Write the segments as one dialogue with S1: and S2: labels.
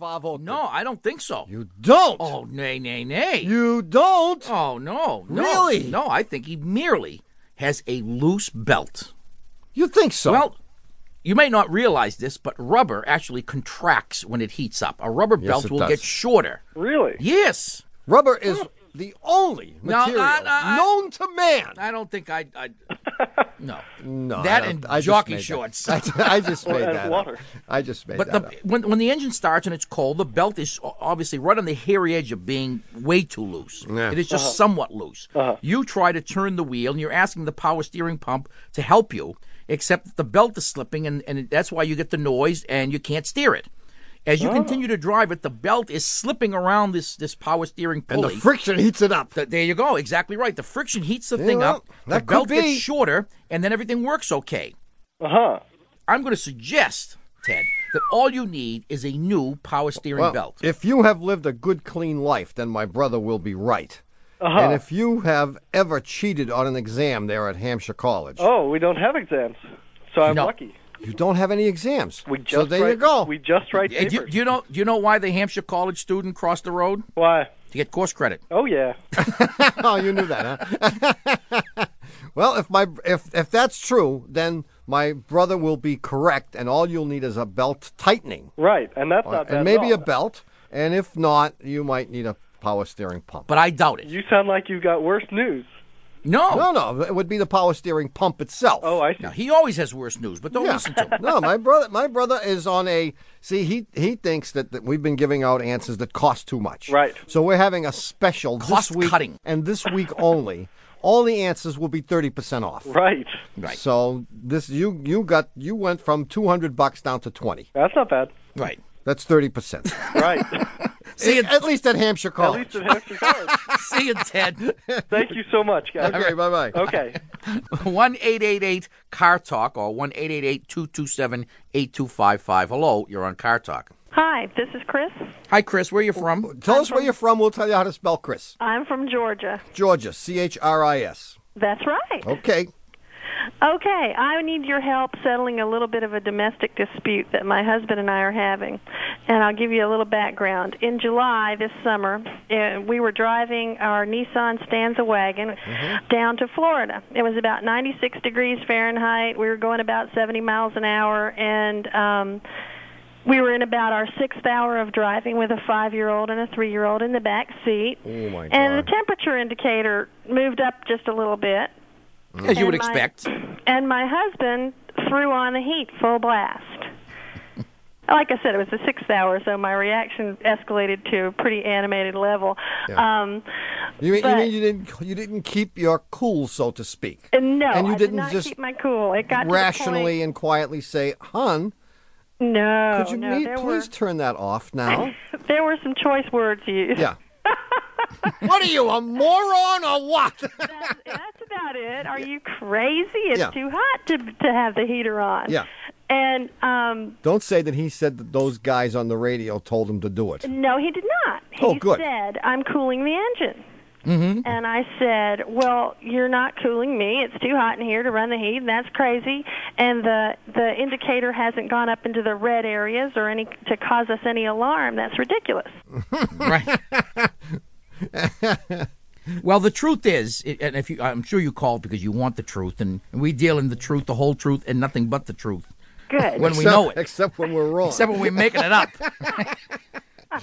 S1: Favote.
S2: No, I don't think so.
S1: You don't.
S2: Oh, nay, nay, nay.
S1: You don't.
S2: oh, no, no.
S1: Really?
S2: No, I think he merely has a loose belt.
S1: You think so?
S2: Well, you may not realize this, but rubber actually contracts when it heats up. A rubber belt
S1: it
S2: will
S1: does.
S2: get shorter.
S3: Really?
S2: Yes.
S1: rubber is the only
S2: No,
S1: material
S2: no, no, I-
S1: known to man.
S2: I don't think I. I no.
S1: no,
S2: that
S1: I don't-
S2: and
S1: I just
S2: jockey
S1: made that-
S2: shorts.
S1: I, I just made
S3: and
S1: that.
S3: water.
S1: Up. I just made
S2: But
S1: that.
S2: the,
S1: up.
S2: when when the engine starts and it's cold, the belt is o- obviously right on the hairy edge of being way too loose.
S1: Yeah.
S2: It is just somewhat loose. You try to turn the wheel, and you're asking the power steering pump to help you, except that the belt is slipping, and, and that's why you get the noise, and you can't steer it. As you continue to drive it, the belt is slipping around this this power steering
S1: And
S2: pulley.
S1: the friction heats it up.
S2: Th- there you go. Exactly right. The friction heats the thing
S1: well,
S2: up. The
S1: that could
S2: belt
S1: be.
S2: gets shorter, and then everything works okay.
S3: Uh huh.
S2: I'm going to suggest, Ted, that all you need is a new power steering
S1: Well,
S2: belt.
S1: If you have lived a good, clean life, then my brother will be right.
S3: Uh-huh.
S1: And if you have ever cheated on an exam there at Hampshire College,
S3: Oh, we don't have exams, so I'm
S2: No.
S3: lucky.
S1: you don't have any exams.
S3: We just
S1: so there
S3: write,
S1: you go.
S3: We just write
S2: Hey,
S3: papers.
S2: do, you- do you know? Do you know why the Hampshire College student crossed the road
S3: Why?
S2: to get course credit?
S3: Oh yeah.
S1: oh, you knew that, huh? well, if my if if that's true, then my brother will be correct, and all you'll need is a belt tightening,
S3: Right, and that's not bad
S1: and
S3: at
S1: maybe a
S3: all.
S1: belt. And if not, you might need a power steering pump.
S2: But I doubt it.
S3: You sound like you've got worse news.
S2: No.
S1: no, no, it would be the power steering pump itself.
S3: Oh, I see.
S2: No, he always has worse news, but don't
S1: Yeah.
S2: listen to him.
S1: no, my brother, my brother is on a. See, he he thinks that, that we've been giving out answers that cost too much.
S3: Right.
S1: So we're having a special
S2: Cost
S1: this week
S2: cutting.
S1: and this week only. All the answers will be thirty percent off.
S3: Right.
S2: Right.
S1: So this you you got you went from two hundred bucks down to twenty.
S3: That's not bad.
S2: Right.
S1: That's thirty percent.
S3: Right.
S2: See you.
S1: At least at Hampshire
S3: At
S1: College.
S3: least it has to go.
S2: see you, Ted.
S3: Thank you so much, guys.
S1: okay, bye bye.
S3: Okay.
S2: One eight eight eight car talk or one eight eight eight two two seven eight two five five. Hello, you're on Car Talk.
S4: Hi, this is Chris.
S2: Hi, Chris. Where are you from?
S1: Tell us where you're from. We'll tell you how to spell Chris.
S4: I'm from Georgia.
S1: Georgia, C H R I S.
S4: That's right.
S1: Okay.
S4: Okay, I need your help settling a little bit of a domestic dispute that my husband and I are having. And I'll give you a little background. In July this summer, uh, we were driving our Nissan Stanza wagon down to Florida. It was about 96 degrees Fahrenheit. We were going about 70 miles an hour and um we were in about our sixth hour of driving with a five year old and a three year old in the back seat.
S1: Oh, my
S4: And
S1: God.
S4: the temperature indicator moved up just a little bit.
S2: As you would
S4: And my-
S2: expect.
S4: And my husband threw on the heat full blast. Like I said, it was the sixth hour, so my reaction escalated to a pretty animated level. Um,
S1: You mean, you
S4: But-
S1: mean you didn't you didn't keep your cool, so to speak?
S4: and no,
S1: and you
S4: I
S1: didn't
S4: did not
S1: just
S4: keep my cool. It got to the
S1: rationally and quietly say, "Hun,
S4: point- no,
S1: could you
S4: Oh, no,
S1: meet-
S4: there
S1: please turn that off now?"
S4: were there were some choice words used.
S1: yeah. what are you, a moron or what?
S4: that's, that's about it. Are you crazy? It's
S1: Yeah.
S4: too hot to to have the heater on.
S1: Yeah.
S4: And um,
S1: Don't say that he said that those guys on the radio told him to do it.
S4: No, he did not. He
S1: Oh, good.
S4: said, I'm cooling the engine. Mm-hmm. And I said, Well, you're not cooling me. It's too hot in here to run the heat, and that's crazy. And the, the indicator hasn't gone up into the red areas or any to cause us any alarm. That's ridiculous.
S2: Right. well, the truth is, i- and if you, I'm sure you called because you want the truth, and we deal in the truth, the whole truth, and nothing but the truth
S4: Good.
S2: when we know it,
S1: Except when we're wrong.
S2: except when we're making it up.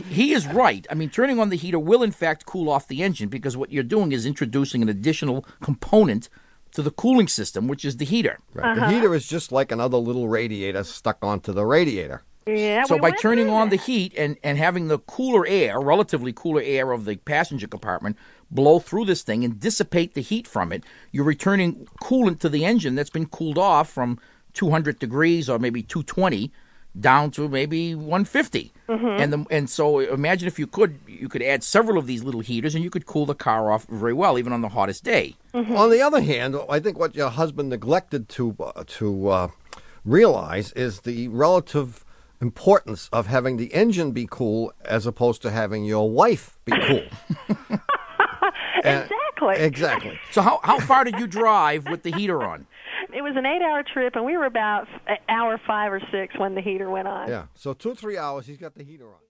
S2: he is right. I mean, turning on the heater will, in fact, cool off the engine because what you're doing is introducing an additional component to the cooling system, which is the heater.
S1: Right. The heater is just like another little radiator stuck onto the radiator.
S4: yeah,
S2: So
S4: we
S2: by
S4: went
S2: turning
S4: through
S2: on the
S4: that.
S2: heat and, and having the cooler air, relatively cooler air of the passenger compartment blow through this thing and dissipate the heat from it, you're returning coolant to the engine that's been cooled off from 200 degrees or maybe 220 down to maybe 150.
S4: Mm-hmm.
S2: And the, and so imagine if you could you could add several of these little heaters and you could cool the car off very well even on the hottest day.
S1: On the other hand, I think what your husband neglected to uh, to uh, realize is the relative importance of having the engine be cool as opposed to having your wife be cool.
S2: uh,
S1: And-
S4: Exactly.
S1: Exactly.
S2: So how how far did you drive with the heater on?
S4: It was an eight hour trip, and we were about f- hour five or six when the heater went on.
S1: Yeah. So two three hours, he's got the heater on.